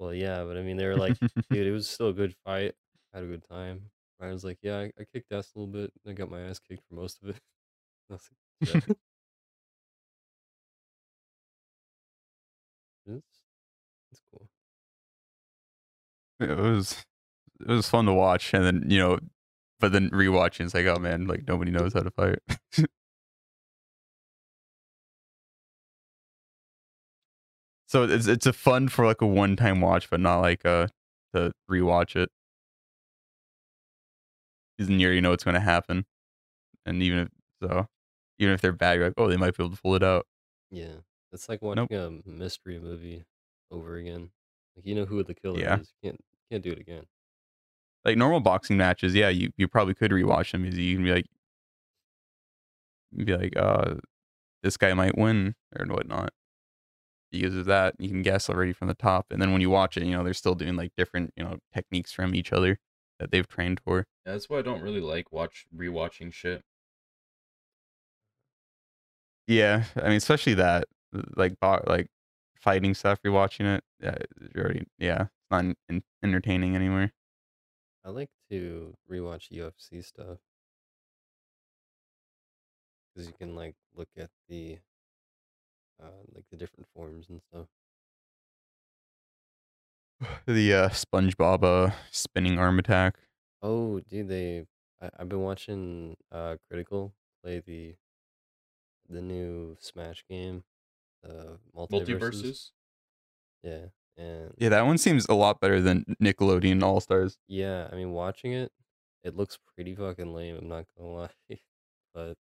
S2: Well, yeah, but I mean, they were like, dude, it was still a good fight. I had a good time. I was like, yeah, I, I kicked ass a little bit. and I got my ass kicked for most of it. I was like, "Yeah." it's, it's cool.
S3: it was it was fun to watch, and then you know, but then rewatching, it's like oh man, like nobody knows how to fight. so it's it's a fun for like a one time watch, but not like uh to rewatch it. Because then you already know what's going to happen, and even if so, even if they're bad, you're like oh they might be able to pull it out.
S2: Yeah. It's like watching
S3: Nope.
S2: a mystery movie over again. Like, you know who the killer
S3: Yeah.
S2: is. You can't, you can't do it again.
S3: like normal boxing matches, yeah, you, you probably could rewatch them because you can be like, be like, uh, this guy might win or whatnot. Because of that, you can guess already from the top, and then when you watch it, you know they're still doing like different, you know, techniques from each other that they've trained for.
S1: Yeah, that's why I don't really like watch rewatching shit.
S3: Yeah, I mean, especially that, like, bo- like fighting stuff. Rewatching it, yeah, you're already, yeah, it's not en- entertaining anymore.
S2: I like to rewatch UFC stuff. Because you can, like, look at the. Uh, like the different forms and stuff.
S3: The uh, SpongeBob uh, spinning arm attack.
S2: Oh, dude, they. I, I've been watching uh Critical play the the new Smash game, the multiverses.
S1: Multiverses.
S2: Yeah, and
S3: Yeah, that one seems a lot better than Nickelodeon All Stars.
S2: yeah, I mean, watching it, it looks pretty fucking lame. I'm not gonna lie, but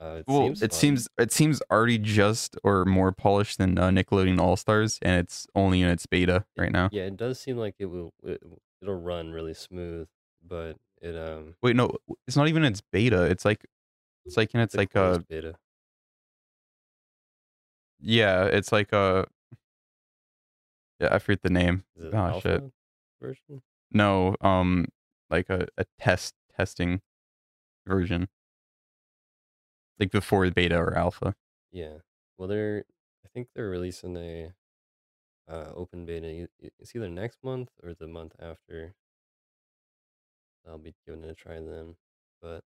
S2: uh, it
S3: well,
S2: seems
S3: it
S2: fun.
S3: seems it seems already just or more polished than uh, Nickelodeon All Stars, and it's only in its beta right now.
S2: Yeah, it does seem like it will. It, w- it'll run really smooth, but it um.
S3: Wait, no, it's not even its beta. It's like uh, it's like and it's
S2: the
S3: like uh
S2: closed beta.
S3: yeah, it's like a. Yeah, I forget the name.
S2: Is it
S3: Oh,
S2: alpha
S3: shit.
S2: version?
S3: No, um, like a, a test testing version, like before beta or alpha.
S2: Yeah. Well, they're I think they're releasing a uh, open beta. e- e- It's either next month or the month after. I'll be giving it a try then. But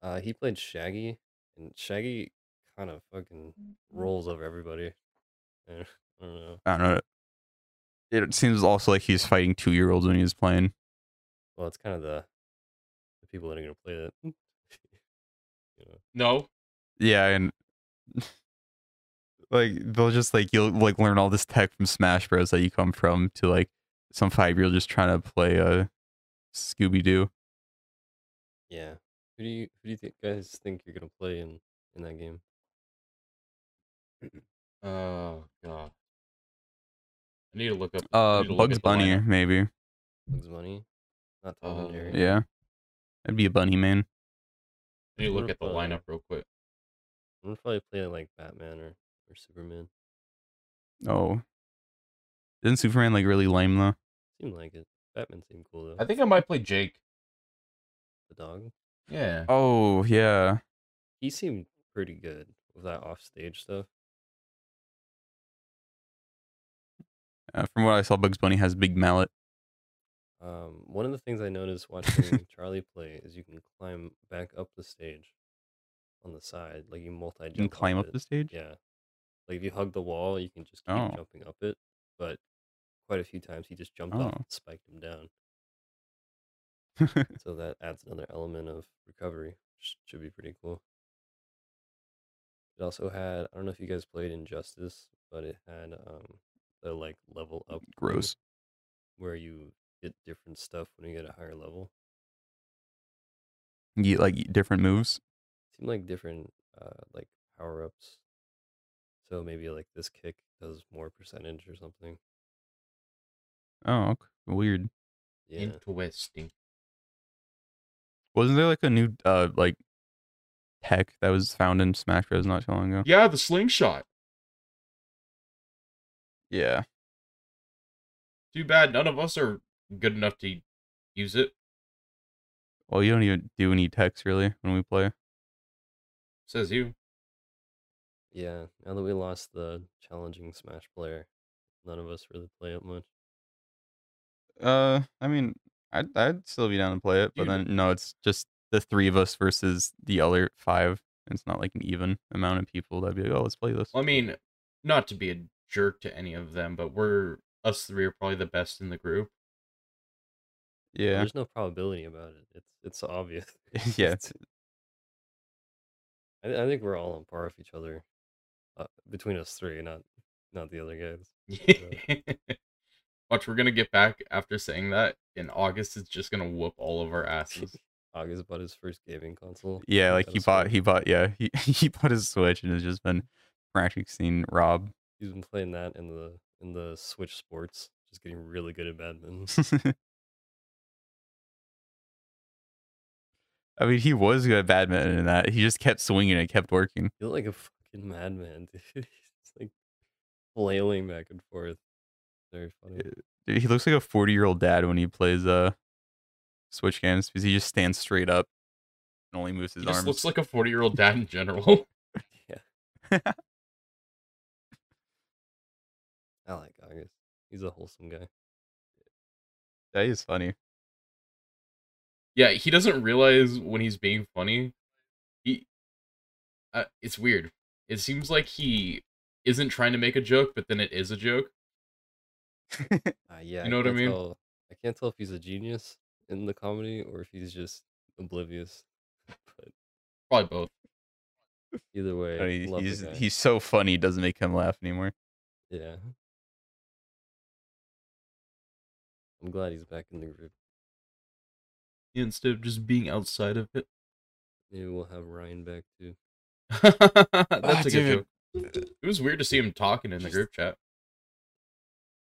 S2: uh, he played Shaggy, and Shaggy kind of fucking
S3: Mm-hmm.
S2: rolls over everybody. I don't know.
S3: I don't know. It seems also like he's fighting two year olds when he's playing.
S2: Well, it's kind of the the people that are gonna play it. you know.
S1: No.
S3: Yeah, and like they'll just like you'll like learn all this tech from Smash Bros that you come from to like some five year old just trying to play uh Scooby Doo.
S2: Yeah. Who do you who do you think guys think you're gonna play in in that game?
S1: Oh god. I need to look up. I
S3: Uh,
S1: need to look at
S3: Bugs
S1: the
S3: Bunny
S1: lineup.
S3: maybe.
S2: Bugs Bunny, not Tom
S1: Uh,
S2: and Jerry.
S3: Um, Yeah, that'd be a bunny man.
S1: I need to look
S2: Bugs
S1: at the
S2: Bunny.
S1: lineup real quick.
S2: I'm gonna probably play like Batman or, or Superman.
S3: Oh, isn't Superman like really lame though?
S2: Seemed like it. Batman seemed cool though.
S1: I think I might play Jake.
S2: the dog.
S1: Yeah.
S3: Oh yeah,
S2: He seemed pretty good with that off stage stuff.
S3: uh, from what I saw, Bugs Bunny has a big mallet.
S2: Um, one of the things I noticed watching Charlie play is you can climb back up the stage on the side, like you multi jump.
S3: You can climb up the stage.
S2: Yeah, like if you hug the wall, you can just keep
S3: Oh.
S2: jumping up it. But quite a few times he just jumped off
S3: Oh.
S2: and spiked him down. So that adds another element of recovery, which should be pretty cool. It also had I don't know if you guys played Injustice, but it had um the like level up thing
S3: Gross.
S2: where you get different stuff when you get a higher level.
S3: You get, like different moves.
S2: Seem like different uh like power ups. So maybe like this kick does more percentage or something.
S3: Oh, okay. weird.
S2: Yeah.
S1: Interesting.
S3: Wasn't there like a new uh like tech that was found in Smash Bros not too long ago?
S1: Yeah, the slingshot.
S3: Yeah.
S1: Too bad none of us are good enough to use it.
S3: Well, you don't even do any techs really when we play.
S1: Says you.
S2: Yeah. Now that we lost the challenging Smash player, none of us really play it much.
S3: Uh, I mean, I'd I'd still be down to play it, but
S1: You-
S3: then no, it's just the three of us versus the other five. and It's not like an even amount of people that'd be like, oh, let's play this.
S1: I mean, not to be a jerk to any of them, but we're us three are probably the best in the group.
S3: Yeah,
S2: There's no probability about it. It's it's obvious.
S3: yeah, it's,
S2: I, I think we're all on par with each other, uh, between us three, not not the other guys.
S1: Watch, we're gonna get back after saying that in August. It's just gonna whoop all of our asses.
S2: August bought his first gaming console. and
S3: yeah. Like
S2: got
S3: he
S2: a
S3: bought,
S2: Switch.
S3: he bought, yeah, he he bought his Switch and has just been practicing Rob.
S2: He's been playing that in the in the Switch Sports, just getting really good at badminton.
S3: I mean, he was good at badminton in that. He just kept swinging and it kept working.
S2: He's like a fucking madman, dude. He's just, like flailing back and forth. Very funny.
S3: Yeah. Dude, he looks like a 40 year old dad when he plays uh Switch games because he just stands straight up and only moves his
S1: he just
S3: arms.
S1: looks like a forty-year-old dad in general.
S2: I like August. He's a wholesome guy.
S3: that is funny.
S1: yeah, he doesn't realize when he's being funny. He, uh, it's weird. It seems like he isn't trying to make a joke, but then it is a joke.
S2: Uh, yeah,
S1: know what I
S2: can't
S1: mean?
S2: tell- I can't tell if he's a genius in the comedy or if he's just oblivious. But
S1: Probably both.
S2: either way,
S3: But he-
S2: love the
S3: he's,
S2: guy.
S3: he's so funny, it doesn't make him laugh anymore.
S2: Yeah. I'm glad he's back in the group.
S1: Instead of just being outside of it.
S2: Maybe we'll have Ryan back too.
S1: That's a good
S3: dude.
S1: joke. Ah, It was weird to see him talking in the group chat.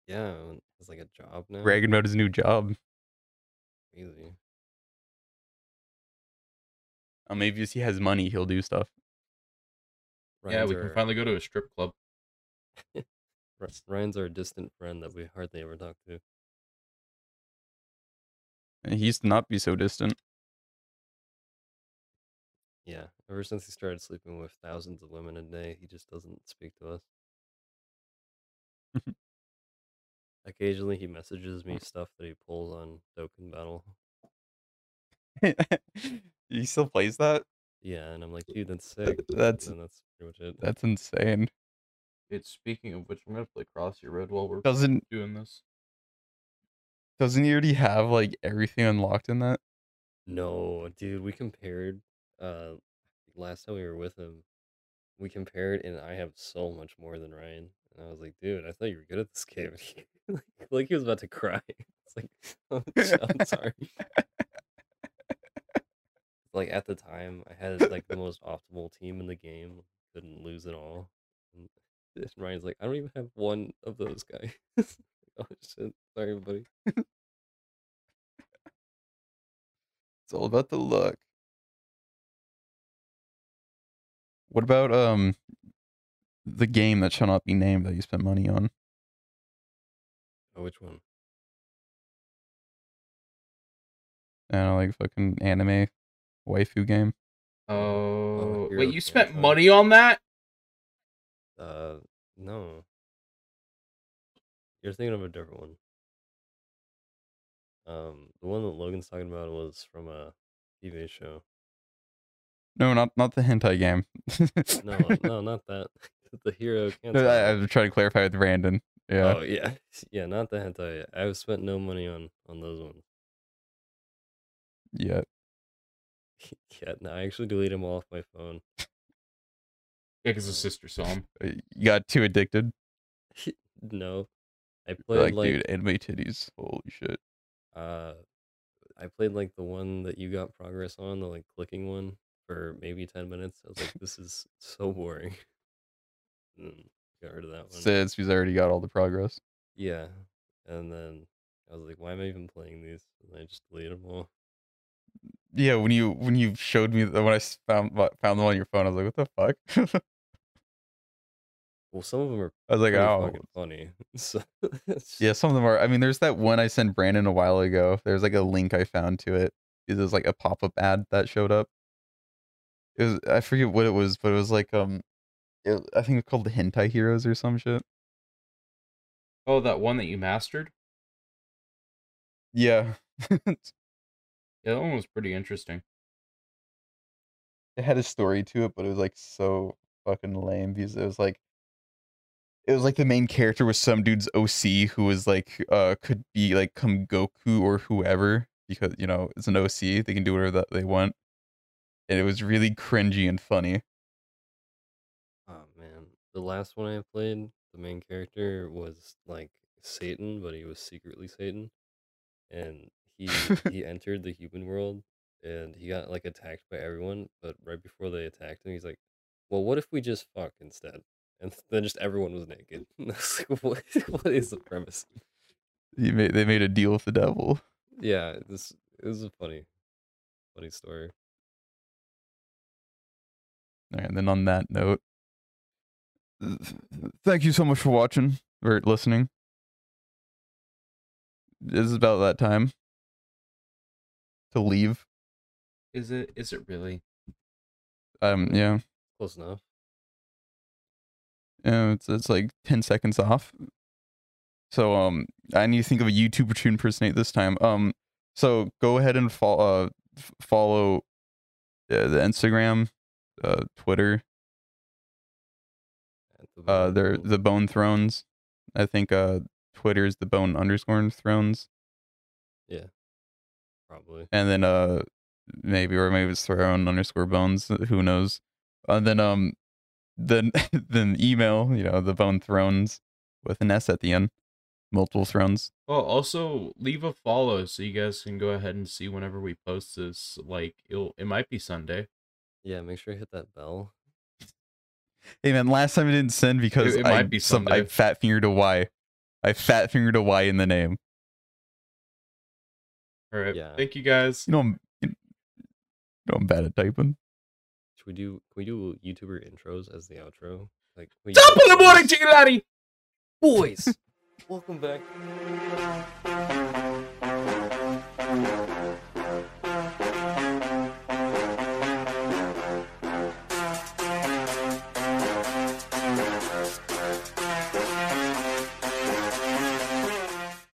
S2: Yeah, it's like a job now.
S3: Bragging about his new job.
S2: Crazy.
S3: Uh, maybe if he has money, he'll do stuff.
S1: yeah,
S2: Ryan's
S1: we can
S2: our-
S1: finally go to a strip club.
S2: R- Ryan's our distant friend that we hardly ever talk to.
S3: And He used to not be so distant.
S2: Yeah, ever since he started sleeping with thousands of women a day, he just doesn't speak to us. Occasionally, he messages me stuff that he pulls on Token Battle.
S3: he still plays that.
S2: Yeah, and I'm like, dude, that's sick. and
S3: That's-
S2: then that's pretty much it.
S3: That's insane.
S1: It's speaking of which, I'm gonna play Cross Your Road while we're
S3: Doesn't
S1: doing this.
S3: doesn't he already have like everything unlocked in that?
S2: No, dude, we compared uh last time we were with him, we compared and I have so much more than Ryan. And I was like, dude, I thought you were good at this game. like, like he was about to cry. It's like "Oh, I'm sorry. like at the time I had like the most optimal team in the game, couldn't lose at all. And and Ryan's like, I don't even have one of those guys. oh shit. Sorry, buddy.
S3: It's all about the look. What about um the game that shall not be named that you spent money on?
S2: Oh, which one?
S3: I don't know, Uh, like fucking anime waifu game.
S1: Oh,
S2: Hero
S1: wait, you spent
S2: Quest, huh?
S1: money on that?
S2: Uh, no. You're thinking of a different one. Um, the one that Logan's talking about was from a TV show.
S3: No, not not the hentai game.
S2: No, no, not that. the hero can't.
S3: No, I, I was trying to clarify with Brandon. Yeah.
S2: Oh yeah, yeah, not the hentai. I have spent no money on on those ones.
S3: Yeah.
S2: yeah, no, I actually deleted them all off my phone.
S1: Yeah, because his sister saw him.
S3: Uh, You got too addicted.
S2: No, I
S3: You're
S2: played
S3: like,
S2: like
S3: dude, anime titties. Holy shit.
S2: Uh, I played like the one that you got progress on, the like clicking one, for maybe ten minutes. I was like, this is so boring. And got rid of that one.
S3: Since he's already got all the progress.
S2: Yeah, and then I was like, why am I even playing these? And I just deleted them all.
S3: Yeah, when you when you showed me the, when I s- found wa- found them on your phone, I was like, what the fuck?
S2: Well, some of them are
S3: I was like,
S2: pretty
S3: oh,
S2: fucking funny. So it's just-
S3: yeah, some of them are. I mean, there's that one I sent Brandon a while ago. There's like a link I found to it. It was like a pop up ad that showed up. It was I forget what it was, but it was like um, it, I think it's called the Hentai Heroes or some shit.
S1: Oh, that one that you mastered?
S3: Yeah,
S1: Yeah, that one was pretty interesting.
S3: it had a story to it, but it was like so fucking lame because it was like it was like the main character was some dude's OC who was like uh could be like come Goku or whoever because you know it's an OC they can do whatever that they want, and it was really cringy and funny.
S2: Oh man, the last one I played, the main character was like Satan, but he was secretly Satan, and he he entered the human world and he got like attacked by everyone. But right before they attacked him, he's like, "Well, what if we just fuck instead?" And then just everyone was naked. And I was like, "What? What is the premise?"
S3: You made, they made a deal with the devil.
S2: Yeah, this it was a funny, funny story.
S3: All right, and then on that note, th- th- thank you so much for watching or listening. This is about that time to leave.
S1: Is it? Is it really?
S3: Um, yeah.
S2: Close enough.
S3: Yeah, it's it's like ten seconds off. So um, I need to think of a YouTuber to impersonate this time. Um, so go ahead and follow uh, f- follow uh, the Instagram, uh, Twitter.
S2: At the
S3: Uh,
S2: Bone
S3: they're
S2: Bowl.
S3: the Bone Thrones. I think uh, Twitter is the Bone underscore Thrones,
S2: probably.
S3: and then uh, maybe or maybe it's Throne underscore Bones. uh, Who knows? And then um, then then email you know the Bone Thrones with an S at the end, multiple thrones.
S1: Oh, also leave a follow so you guys can go ahead and see whenever we post this. Like it'll, it might be Sunday.
S2: Yeah, make sure you hit that bell.
S3: Hey man, last time I didn't send because
S1: it
S3: I
S1: might be
S3: some I
S1: Sunday.
S3: fat fingered a Y. I fat fingered a Y in the name.
S1: All right.
S2: Yeah.
S1: Thank you guys.
S3: You know I'm you know I'm bad at typing.
S2: Should we do? Can we do YouTuber intros as the outro? Like we
S1: Top of the
S2: usually do.
S1: morning, Chicken Daddy!
S2: boys. Welcome back.